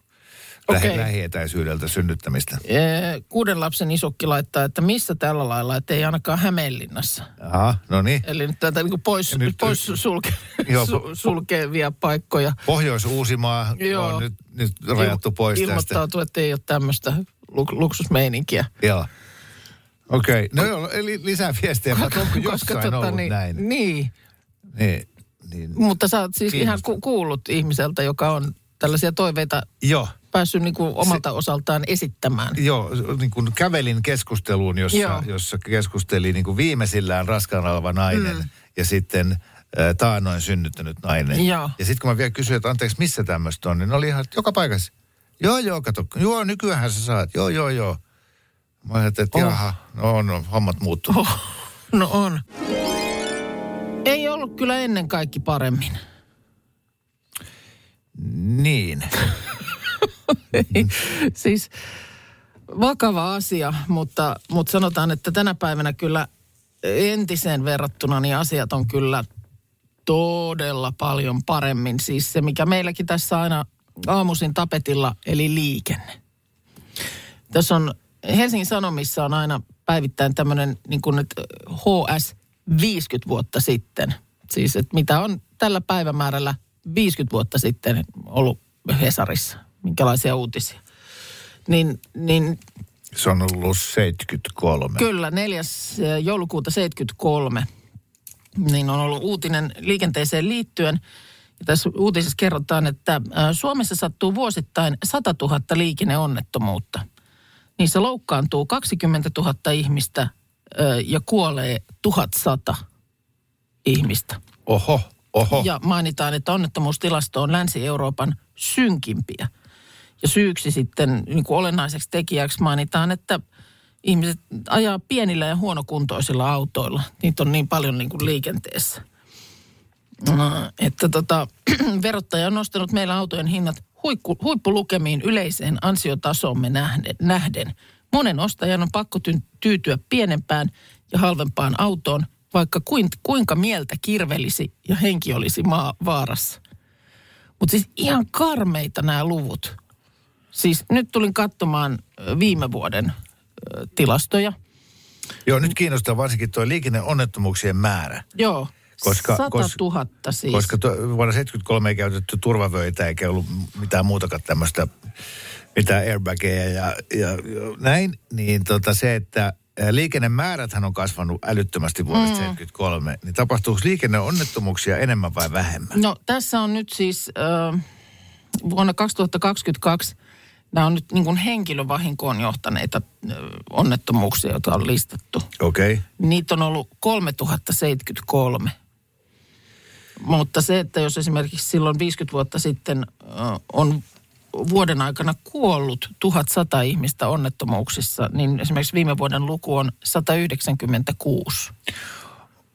[SPEAKER 6] okay.
[SPEAKER 8] Okei.
[SPEAKER 6] lähietäisyydeltä synnyttämistä.
[SPEAKER 8] Ee, e, Kuuden lapsen isukki laittaa, että missä tällä lailla, että ei ainakaan Hämeenlinnassa.
[SPEAKER 6] Aha, no niin.
[SPEAKER 8] Eli nyt tätä niin kuin pois,
[SPEAKER 6] Nyt-
[SPEAKER 8] nyt, pois sulke,
[SPEAKER 6] Joo.
[SPEAKER 8] su, sulkevia paikkoja.
[SPEAKER 6] Pohjois-Uusimaa
[SPEAKER 8] Joo.
[SPEAKER 6] on nyt, nyt rajattu pois
[SPEAKER 8] Il-
[SPEAKER 6] tästä.
[SPEAKER 8] Ilmoittautuu, että ei ole tämmöistä luk- luksusmeininkiä.
[SPEAKER 6] Joo. Okei, no joo, eli lisää viestejä, mutta onko jossain
[SPEAKER 8] tota
[SPEAKER 6] ollut
[SPEAKER 8] niin,
[SPEAKER 6] näin?
[SPEAKER 8] Niin,
[SPEAKER 6] Niin, niin.
[SPEAKER 8] mutta sä oot siis ihan
[SPEAKER 6] Kiinnostaa.
[SPEAKER 8] ku- kuullut ihmiseltä, joka on tällaisia toiveita
[SPEAKER 6] Joo,
[SPEAKER 8] päässyt niin kuin omalta Se... osaltaan esittämään.
[SPEAKER 6] joo, niin kuin kävelin keskusteluun, jossa,
[SPEAKER 8] Joo.
[SPEAKER 6] jossa keskusteli niin kuin viimeisillään raskaana oleva nainen mm. ja sitten äh, taannoin synnyttänyt nainen.
[SPEAKER 8] Joo.
[SPEAKER 6] Ja sitten kun mä vielä kysyin, että anteeksi, missä tämmöistä on, niin ne oli ihan että joka paikassa. Joo, joo, kato, joo, nykyään sä saat, joo, joo, joo. Mä ajattelin, että jaha, no, no hommat muuttuu. Oh.
[SPEAKER 8] No on. Ei ollut kyllä ennen kaikki paremmin.
[SPEAKER 6] Niin.
[SPEAKER 8] siis vakava asia, mutta, mutta sanotaan, että tänä päivänä kyllä entiseen verrattuna niin asiat on kyllä todella paljon paremmin. Siis se, mikä meilläkin tässä aina aamuisin tapetilla, eli liikenne. Tässä on Helsingin Sanomissa on aina päivittäin tämmöinen niin kuin nyt HS 50 vuotta sitten. Siis että mitä on tällä päivämäärällä 50 vuotta sitten ollut Hesarissa, minkälaisia uutisia. Niin, niin
[SPEAKER 6] Se on ollut 73.
[SPEAKER 8] Kyllä, 4. joulukuuta 73 niin on ollut uutinen liikenteeseen liittyen. Ja tässä uutisessa kerrotaan, että ä, Suomessa sattuu vuosittain 100 000 liikenneonnettomuutta. Niissä loukkaantuu 20 000 ihmistä ä, ja kuolee 1100 ihmistä.
[SPEAKER 6] Oho, oho.
[SPEAKER 8] Ja mainitaan, että onnettomuustilasto on Länsi-Euroopan synkimpiä. Ja syyksi sitten niin kuin olennaiseksi tekijäksi mainitaan, että ihmiset ajaa pienillä ja huonokuntoisilla autoilla. Niitä on niin paljon niin kuin liikenteessä. Äh, Että tota, verottaja on nostanut meillä autojen hinnat huikku, huippulukemiin yleiseen ansiotasoomme nähden. nähden. Monen ostajan on pakko ty- tyytyä pienempään ja halvempaan autoon, vaikka kuin, kuinka mieltä kirvelisi ja henki olisi maa, vaarassa. Mutta siis ihan karmeita nämä luvut. Siis nyt tulin katsomaan ö, viime vuoden ö, tilastoja.
[SPEAKER 6] Joo, nyt kiinnostaa varsinkin tuo liikenneonnettomuuksien määrä.
[SPEAKER 8] Joo,
[SPEAKER 6] Koska-
[SPEAKER 8] 100
[SPEAKER 6] kos-
[SPEAKER 8] 000 siis.
[SPEAKER 6] Koska tuo, vuonna 73 ei käytetty turvavöitä eikä ollut mitään muutakaan tämmöistä, mitään airbageja ja, ja, ja näin. Niin tota se, että ää, liikennemääräthän on kasvanut älyttömästi vuodesta 73, niin tapahtuuko liikenneonnettomuuksia enemmän vai vähemmän?
[SPEAKER 8] No tässä on nyt siis äh, vuonna 2022, nämä on nyt niin kuin henkilövahinkoon johtaneita äh, onnettomuuksia, joita on listattu.
[SPEAKER 6] Okei. Okay.
[SPEAKER 8] Niitä on ollut 3073. Mutta se, että jos esimerkiksi silloin 50 vuotta sitten äh, on vuoden aikana kuollut 1100 ihmistä onnettomuuksissa, niin esimerkiksi viime vuoden luku on 196.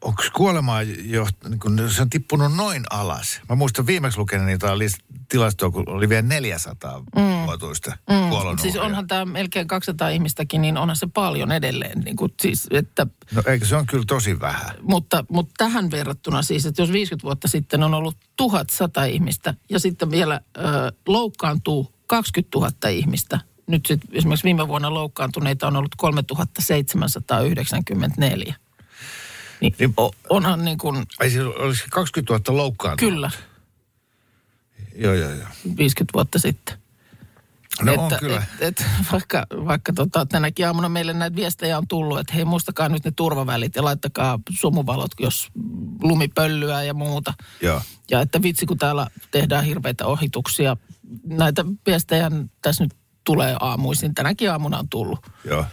[SPEAKER 6] Onko kuolemaa jo, niin kun se on tippunut noin alas? Mä muistan viimeksi lukeneeni jotain list- tilastoa, kun oli vielä 400 mm. vuotuista mm. kuolonuhria.
[SPEAKER 8] Siis onhan tämä melkein 200 ihmistäkin, niin onhan se paljon edelleen. Niin kuin, siis, että,
[SPEAKER 6] No eikö se on kyllä tosi vähän?
[SPEAKER 8] mutta, mutta tähän verrattuna siis, että jos 50 vuotta sitten on ollut 1100 ihmistä ja sitten vielä ö, loukkaantuu 20 000 ihmistä. Nyt sit esimerkiksi viime vuonna loukkaantuneita on ollut 3794. Niin,
[SPEAKER 6] Niin-
[SPEAKER 8] o- onhan niin kuin,
[SPEAKER 6] Ai siis olisi 20 000 loukkaantunut?
[SPEAKER 8] kyllä,
[SPEAKER 6] Joo, joo, joo.
[SPEAKER 8] 50 vuotta sitten.
[SPEAKER 6] No on kyllä.
[SPEAKER 8] Et, et, vaikka vaikka tota, tänäkin aamuna meille näitä viestejä on tullut, että hei muistakaa nyt ne turvavälit ja laittakaa sumuvalot, jos lumipöllyä ja muuta.
[SPEAKER 6] Joo.
[SPEAKER 8] Ja että vitsi, kun täällä tehdään hirveitä ohituksia. Näitä viestejä tässä nyt tulee aamuisin. Tänäkin aamuna on tullut.
[SPEAKER 6] Joo.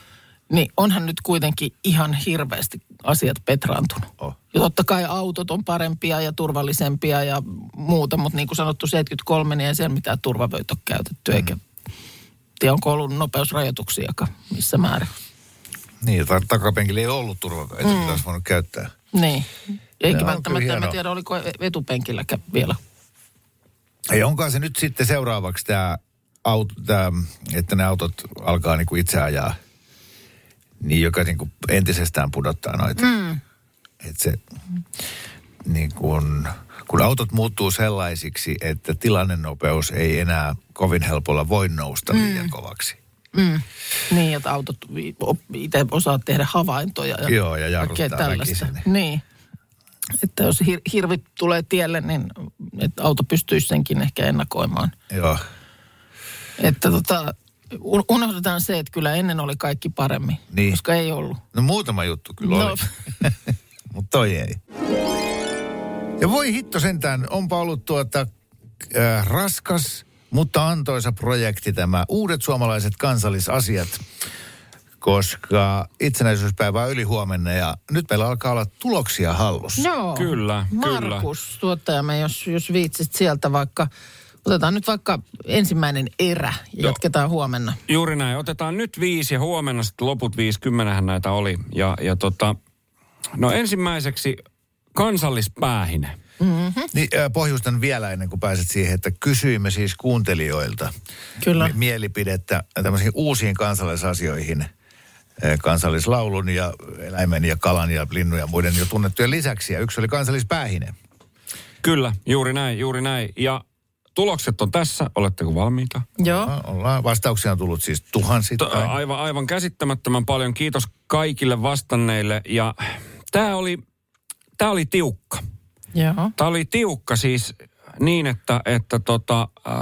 [SPEAKER 8] Niin onhan nyt kuitenkin ihan hirveästi asiat petraantunut.
[SPEAKER 6] Oh.
[SPEAKER 8] Ja totta kai autot on parempia ja turvallisempia ja muuta, mutta niin kuin sanottu 73, niin ei siellä mitään turvavöitä ole käytetty, mm. eikä tiedä onko ollut nopeusrajoituksiakaan missä määrin.
[SPEAKER 6] Niin, tar- takapenkillä ei ollut turvaväitä, mm. mitä olisi voinut käyttää.
[SPEAKER 8] Niin. Eikä
[SPEAKER 6] Joo, on kyllä
[SPEAKER 8] välttämättä, en mä
[SPEAKER 6] hienoa.
[SPEAKER 8] tiedä, oliko e-, etupenkilläkään vielä.
[SPEAKER 6] Ei, onkaan se nyt sitten seuraavaksi tämä, auto, tää, että ne autot alkaa niinku itse ajaa, niin joka niinku entisestään pudottaa noita. Mm. Et se, niin kun, kun autot muuttuu sellaisiksi, että tilannenopeus ei enää kovin helpolla voi nousta mm. liian kovaksi.
[SPEAKER 8] Niin, että autot itse osaa tehdä havaintoja ja
[SPEAKER 6] Joo, ja jarruttaa
[SPEAKER 8] kaikkea tällaista.
[SPEAKER 6] väkisin.
[SPEAKER 8] Niin. Että jos hir- hirvi tulee tielle, niin että auto pystyisi senkin ehkä ennakoimaan.
[SPEAKER 6] Joo.
[SPEAKER 8] Että tota, un- unohdetaan se, että kyllä ennen oli kaikki paremmin,
[SPEAKER 6] Niin.
[SPEAKER 8] koska ei ollut.
[SPEAKER 6] No muutama juttu kyllä
[SPEAKER 8] No.
[SPEAKER 6] no. oli, mutta toi ei. Ja voi hitto sentään, onpa ollut tuota äh, raskas, mutta antoisa projekti tämä Uudet suomalaiset kansallisasiat, koska itsenäisyyspäivä on yli huomenna ja nyt meillä alkaa olla tuloksia hallussa.
[SPEAKER 8] Joo.
[SPEAKER 7] Kyllä, kyllä.
[SPEAKER 8] Markus, kyllä. tuottajamme, jos, jos viitsit sieltä vaikka, otetaan nyt vaikka ensimmäinen erä ja
[SPEAKER 7] Joo.
[SPEAKER 8] jatketaan huomenna.
[SPEAKER 7] Juuri näin. Otetaan nyt viisi ja huomenna sitten loput viisi. Kymmenähän näitä oli. Ja, ja tota, no ensimmäiseksi kansallispäähine.
[SPEAKER 6] Niin, äh, pohjustan vielä ennen kuin pääset siihen, että kysyimme siis kuuntelijoilta
[SPEAKER 8] Kyllä.
[SPEAKER 6] mi- mielipidettä tämmöisiin uusiin kansallisasioihin, äh, kansallislaulun ja eläimen ja kalan ja linnun ja muiden jo tunnettujen lisäksi. Ja yksi oli kansallispäähine.
[SPEAKER 7] Kyllä, juuri näin, juuri näin. Ja tulokset on tässä. Oletteko valmiita?
[SPEAKER 8] Joo.
[SPEAKER 6] No, Ollaan, vastauksia on tullut siis
[SPEAKER 7] To-
[SPEAKER 6] tuhansittain.
[SPEAKER 7] aivan, aivan käsittämättömän paljon. Kiitos kaikille vastanneille. Ja tämä oli, tää oli tiukka.
[SPEAKER 8] Joo.
[SPEAKER 7] Tämä oli tiukka siis niin, että, että tota, äh,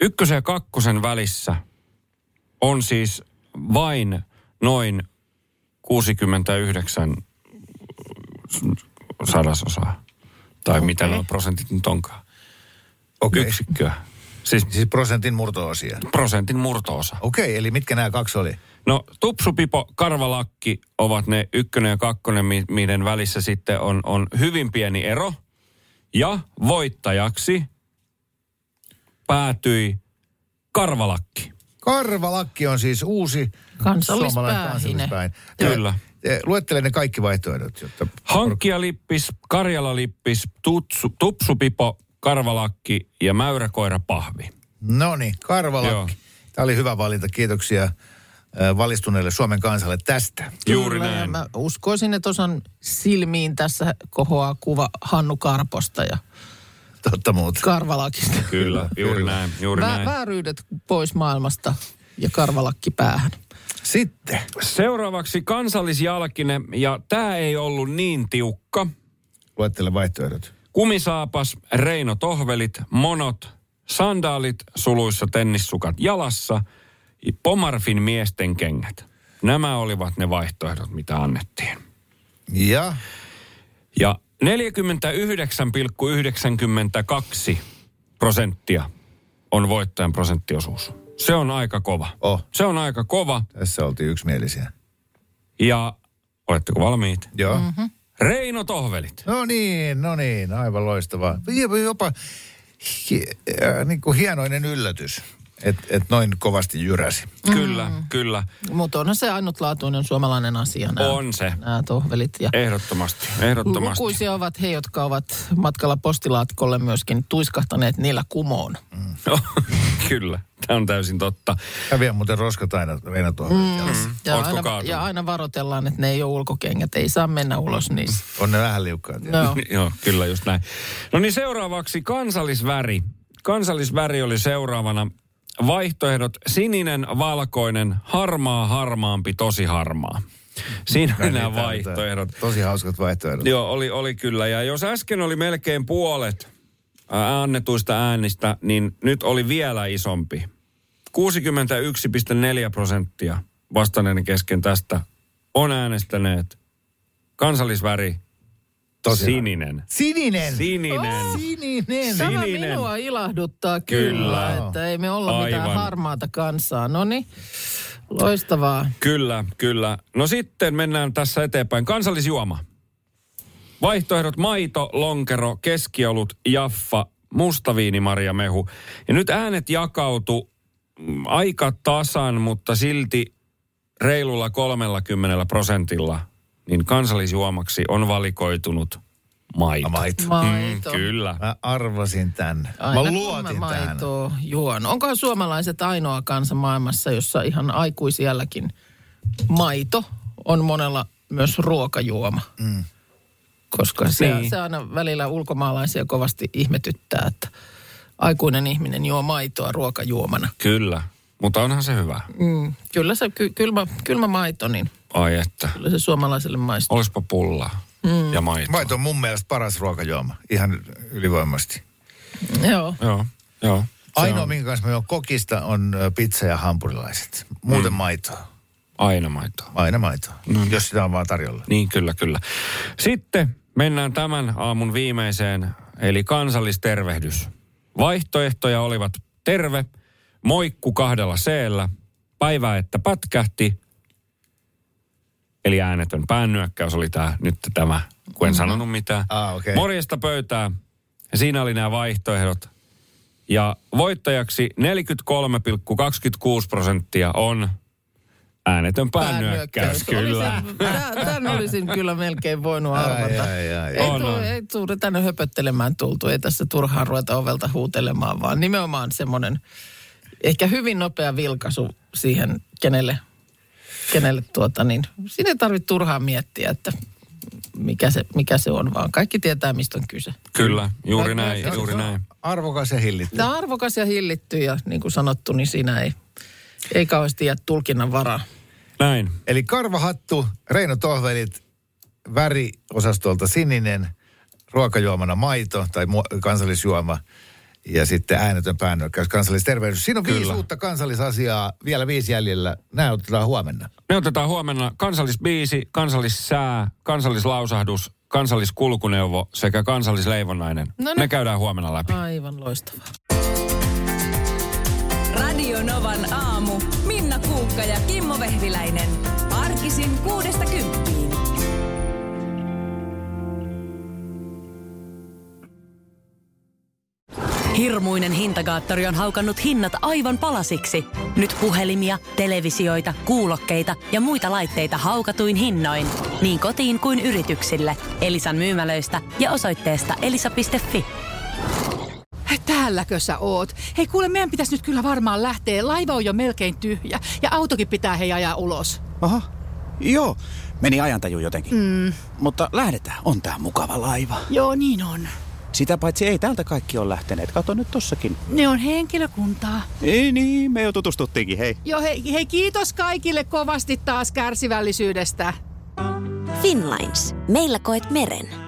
[SPEAKER 7] ykkösen ja kakkosen välissä on siis vain noin 69 sadasosaa. Tai okay. mitä nuo prosentit nyt onkaan.
[SPEAKER 6] Okei.
[SPEAKER 7] Yksikköä. Siis
[SPEAKER 6] Siis prosentin murto-osia.
[SPEAKER 7] prosentin murtoosa.
[SPEAKER 6] Okei, okay, eli mitkä nämä kaksi oli?
[SPEAKER 7] No tupsupipo, karvalakki ovat ne ykkönen ja kakkonen, mi- miiden välissä sitten on, on hyvin pieni ero. Ja voittajaksi päätyi karvalakki.
[SPEAKER 6] Karvalakki on siis uusi
[SPEAKER 8] Kansallispäähine.
[SPEAKER 6] suomalainen kansallispäin.
[SPEAKER 7] Kyllä.
[SPEAKER 6] Luettele ne kaikki vaihtoehdot, jotta...
[SPEAKER 7] Hankkijalippis, karjalalippis, tutsu, tupsupipo, karvalakki ja mäyräkoirapahvi.
[SPEAKER 6] No niin, Karvalakki.
[SPEAKER 7] Joo.
[SPEAKER 6] Tämä oli hyvä valinta. Kiitoksia äh, valistuneelle Suomen kansalle tästä.
[SPEAKER 7] Juuri
[SPEAKER 8] Kyllä, ja
[SPEAKER 7] näin.
[SPEAKER 8] Mä uskoisin, että osan silmiin tässä kohoaa kuva Hannu Karposta ja
[SPEAKER 6] Totta muuta.
[SPEAKER 8] Karvalakista.
[SPEAKER 7] Kyllä, juuri
[SPEAKER 6] Kyllä.
[SPEAKER 7] näin, juuri
[SPEAKER 8] Vä-
[SPEAKER 7] näin.
[SPEAKER 8] vääryydet pois maailmasta ja Karvalakki päähän.
[SPEAKER 6] Sitten.
[SPEAKER 7] Seuraavaksi kansallisjalkinen, ja tämä ei ollut niin tiukka.
[SPEAKER 6] Luettele vaihtoehdot.
[SPEAKER 7] Kumisaapas, Reino Tohvelit, monot, sandaalit, suluissa tennissukat jalassa, ja Pomarfin miesten kengät. Nämä olivat ne vaihtoehdot, mitä annettiin.
[SPEAKER 6] Ja
[SPEAKER 7] Ja 49,92 prosenttia on voittajan prosenttiosuus. Se on aika kova.
[SPEAKER 6] Oh.
[SPEAKER 7] Se on aika kova.
[SPEAKER 6] tässä oltiin yksimielisiä.
[SPEAKER 7] Ja oletteko valmiit?
[SPEAKER 6] Joo. Mm-hmm.
[SPEAKER 7] Reino Tohvelit.
[SPEAKER 6] No niin, no niin, aivan loistavaa. Jopa, jopa hi, äh, niin kuin hienoinen yllätys, että et noin kovasti jyräsi.
[SPEAKER 7] Kyllä, kyllä.
[SPEAKER 8] Mutta onhan se ainutlaatuinen suomalainen asia. Nämä,
[SPEAKER 7] On se.
[SPEAKER 8] Nämä tohvelit ja
[SPEAKER 7] Ehdottomasti, ehdottomasti.
[SPEAKER 8] Lukuisia ovat he, jotka ovat matkalla postilaatikolle myöskin tuiskahtaneet niillä kumoon.
[SPEAKER 7] No, kyllä, tämä on täysin totta.
[SPEAKER 6] Ja vielä muuten roskat aina, aina tuohon. Mm.
[SPEAKER 7] Ootko
[SPEAKER 8] aina,
[SPEAKER 7] kaatunut?
[SPEAKER 8] ja aina varoitellaan, että ne ei ole ulkokengät, ei saa mennä ulos niissä.
[SPEAKER 6] On ne vähän liukkaat. ja-
[SPEAKER 8] No,
[SPEAKER 7] Joo, kyllä just näin. No niin seuraavaksi kansallisväri. Kansallisväri oli seuraavana vaihtoehdot sininen, valkoinen, harmaa, harmaampi, tosi harmaa. Siinä oli nämä
[SPEAKER 6] Tää- tää-
[SPEAKER 7] vaihtoehdot.
[SPEAKER 6] Tosi hauskat vaihtoehdot.
[SPEAKER 7] Joo, oli, oli kyllä. Ja jos äsken oli melkein puolet ää, annetuista äänistä, niin nyt oli vielä isompi. 61,4 prosenttia vastanneiden kesken tästä on äänestäneet kansallisväri
[SPEAKER 6] Tosi
[SPEAKER 7] sininen.
[SPEAKER 6] Sininen.
[SPEAKER 7] Sininen.
[SPEAKER 8] Oh,
[SPEAKER 6] Sininen.
[SPEAKER 8] Tämä
[SPEAKER 7] Sininen.
[SPEAKER 8] minua ilahduttaa kyllä,
[SPEAKER 7] Kyllä.
[SPEAKER 8] että ei me olla Aivan. mitään
[SPEAKER 7] Aivan.
[SPEAKER 8] harmaata kansaa. No niin, loistavaa.
[SPEAKER 7] Kyllä, kyllä. No sitten mennään tässä eteenpäin. Kansallisjuoma. Vaihtoehdot maito, lonkero, keskiolut, jaffa, mustaviinimarja, mehu. Ja nyt äänet jakautu mm, aika tasan, mutta silti reilulla 30 prosentilla, niin kansallisjuomaksi on valikoitunut maito.
[SPEAKER 6] Maito.
[SPEAKER 8] Maito.
[SPEAKER 7] Mm, Kyllä.
[SPEAKER 6] Mä arvasin tämän.
[SPEAKER 8] Aina
[SPEAKER 6] Mä
[SPEAKER 8] kun
[SPEAKER 6] luotin
[SPEAKER 8] mä
[SPEAKER 6] tähän.
[SPEAKER 8] maitoa juon. Onkohan suomalaiset ainoa kansa maailmassa, jossa ihan aikuisielläkin maito on monella myös ruokajuoma? Mm. Koska se,
[SPEAKER 7] Niin.
[SPEAKER 8] niin. se aina välillä ulkomaalaisia kovasti ihmetyttää, että aikuinen ihminen juo maitoa ruokajuomana.
[SPEAKER 7] Kyllä. Mutta onhan se hyvä.
[SPEAKER 8] Mm. Kyllä se ky- kylmä, kylmä maito, niin
[SPEAKER 7] Ai että.
[SPEAKER 8] kyllä se suomalaiselle maistuu.
[SPEAKER 7] Olispa pullaa mm. ja maitoa.
[SPEAKER 6] Maito on mun mielestä paras ruokajuoma. Ihan ylivoimasti.
[SPEAKER 8] Joo.
[SPEAKER 7] Joo, joo. Se
[SPEAKER 6] Ainoa,
[SPEAKER 7] on
[SPEAKER 6] minkä kanssa mä juon kokista, on ö, pizza ja hampurilaiset. Muuten mm. maitoa.
[SPEAKER 7] Aina maitoa.
[SPEAKER 6] Aina maitoa,
[SPEAKER 7] No
[SPEAKER 6] mm. jos sitä on vaan tarjolla.
[SPEAKER 7] Niin, kyllä, kyllä. Sitten mennään tämän aamun viimeiseen, eli kansallistervehdys. Vaihtoehtoja olivat terve, moikku kahdella seellä, päivää että pätkähti, eli äänetön päännyökkäys oli tämä, nyt tämä, kun en sanonut mitään.
[SPEAKER 6] Ah, okei.
[SPEAKER 7] Morjesta pöytää, ja siinä oli nämä vaihtoehdot. Ja voittajaksi 43,26 prosenttia on äänetön päännyökkäys, kyllä.
[SPEAKER 8] Tämän olisin kyllä melkein voinut arvata.
[SPEAKER 6] ai, ai.
[SPEAKER 8] Ei,
[SPEAKER 7] On,
[SPEAKER 8] tuu,
[SPEAKER 7] on.
[SPEAKER 8] ei tuu tänne höpöttelemään tultu, ei tässä turhaan ruveta ovelta huutelemaan, vaan nimenomaan semmoinen ehkä hyvin nopea vilkaisu siihen, kenelle, kenelle tuota niin. Siinä ei tarvitse turhaan miettiä, että mikä se, mikä se on, vaan kaikki tietää, mistä on kyse.
[SPEAKER 7] Kyllä, juuri
[SPEAKER 8] Mä- mä-
[SPEAKER 7] näin,
[SPEAKER 8] mä-
[SPEAKER 7] juuri näin.
[SPEAKER 6] Arvokas ja hillitty.
[SPEAKER 8] Tämä on arvokas ja hillitty ja niin kuin sanottu, niin siinä ei, ei kauheasti jää tulkinnan varaa.
[SPEAKER 7] Näin.
[SPEAKER 6] Eli karvahattu, Reino Tohvelit, väriosastolta sininen, ruokajuomana maito tai mu- kansallisjuoma ja sitten äänetön päännökkäys, kansallisterveys. Siinä on Kyllä. viisi
[SPEAKER 7] Kyllä.
[SPEAKER 6] uutta kansallisasiaa, vielä viisi jäljellä. Nämä otetaan huomenna.
[SPEAKER 7] Me otetaan huomenna kansallisbiisi, kansallissää, kansallislausahdus, kansalliskulkuneuvo sekä kansallisleivonnainen.
[SPEAKER 8] No niin.
[SPEAKER 7] Ne käydään huomenna läpi.
[SPEAKER 8] Aivan loistavaa.
[SPEAKER 5] Radio Novan aamu. Minna Kuukka ja Kimmo Vehviläinen. Arkisin kuudesta kymppiin.
[SPEAKER 9] Hirmuinen hintakaattori on haukannut hinnat aivan palasiksi. Nyt puhelimia, televisioita, kuulokkeita ja muita laitteita haukatuin hinnoin. Niin kotiin kuin yrityksille. Elisan myymälöistä ja osoitteesta elisa.fi.
[SPEAKER 3] Hei, Täälläkö sä oot? Hei kuule, meidän pitäisi nyt kyllä varmaan lähteä. Laiva on jo melkein tyhjä ja autokin pitää hei ajaa ulos.
[SPEAKER 2] Aha. Joo, meni ajantaju jotenkin. Mm. Mutta lähdetään, on tää mukava laiva.
[SPEAKER 3] Joo, niin on.
[SPEAKER 2] Sitä paitsi ei täältä kaikki ole lähteneet, kato nyt tossakin.
[SPEAKER 3] Ne on henkilökuntaa.
[SPEAKER 2] Ei niin, me jo tutustuttiinkin, hei.
[SPEAKER 3] Joo, hei, hei kiitos kaikille kovasti taas kärsivällisyydestä.
[SPEAKER 4] Finlines. Meillä koet meren.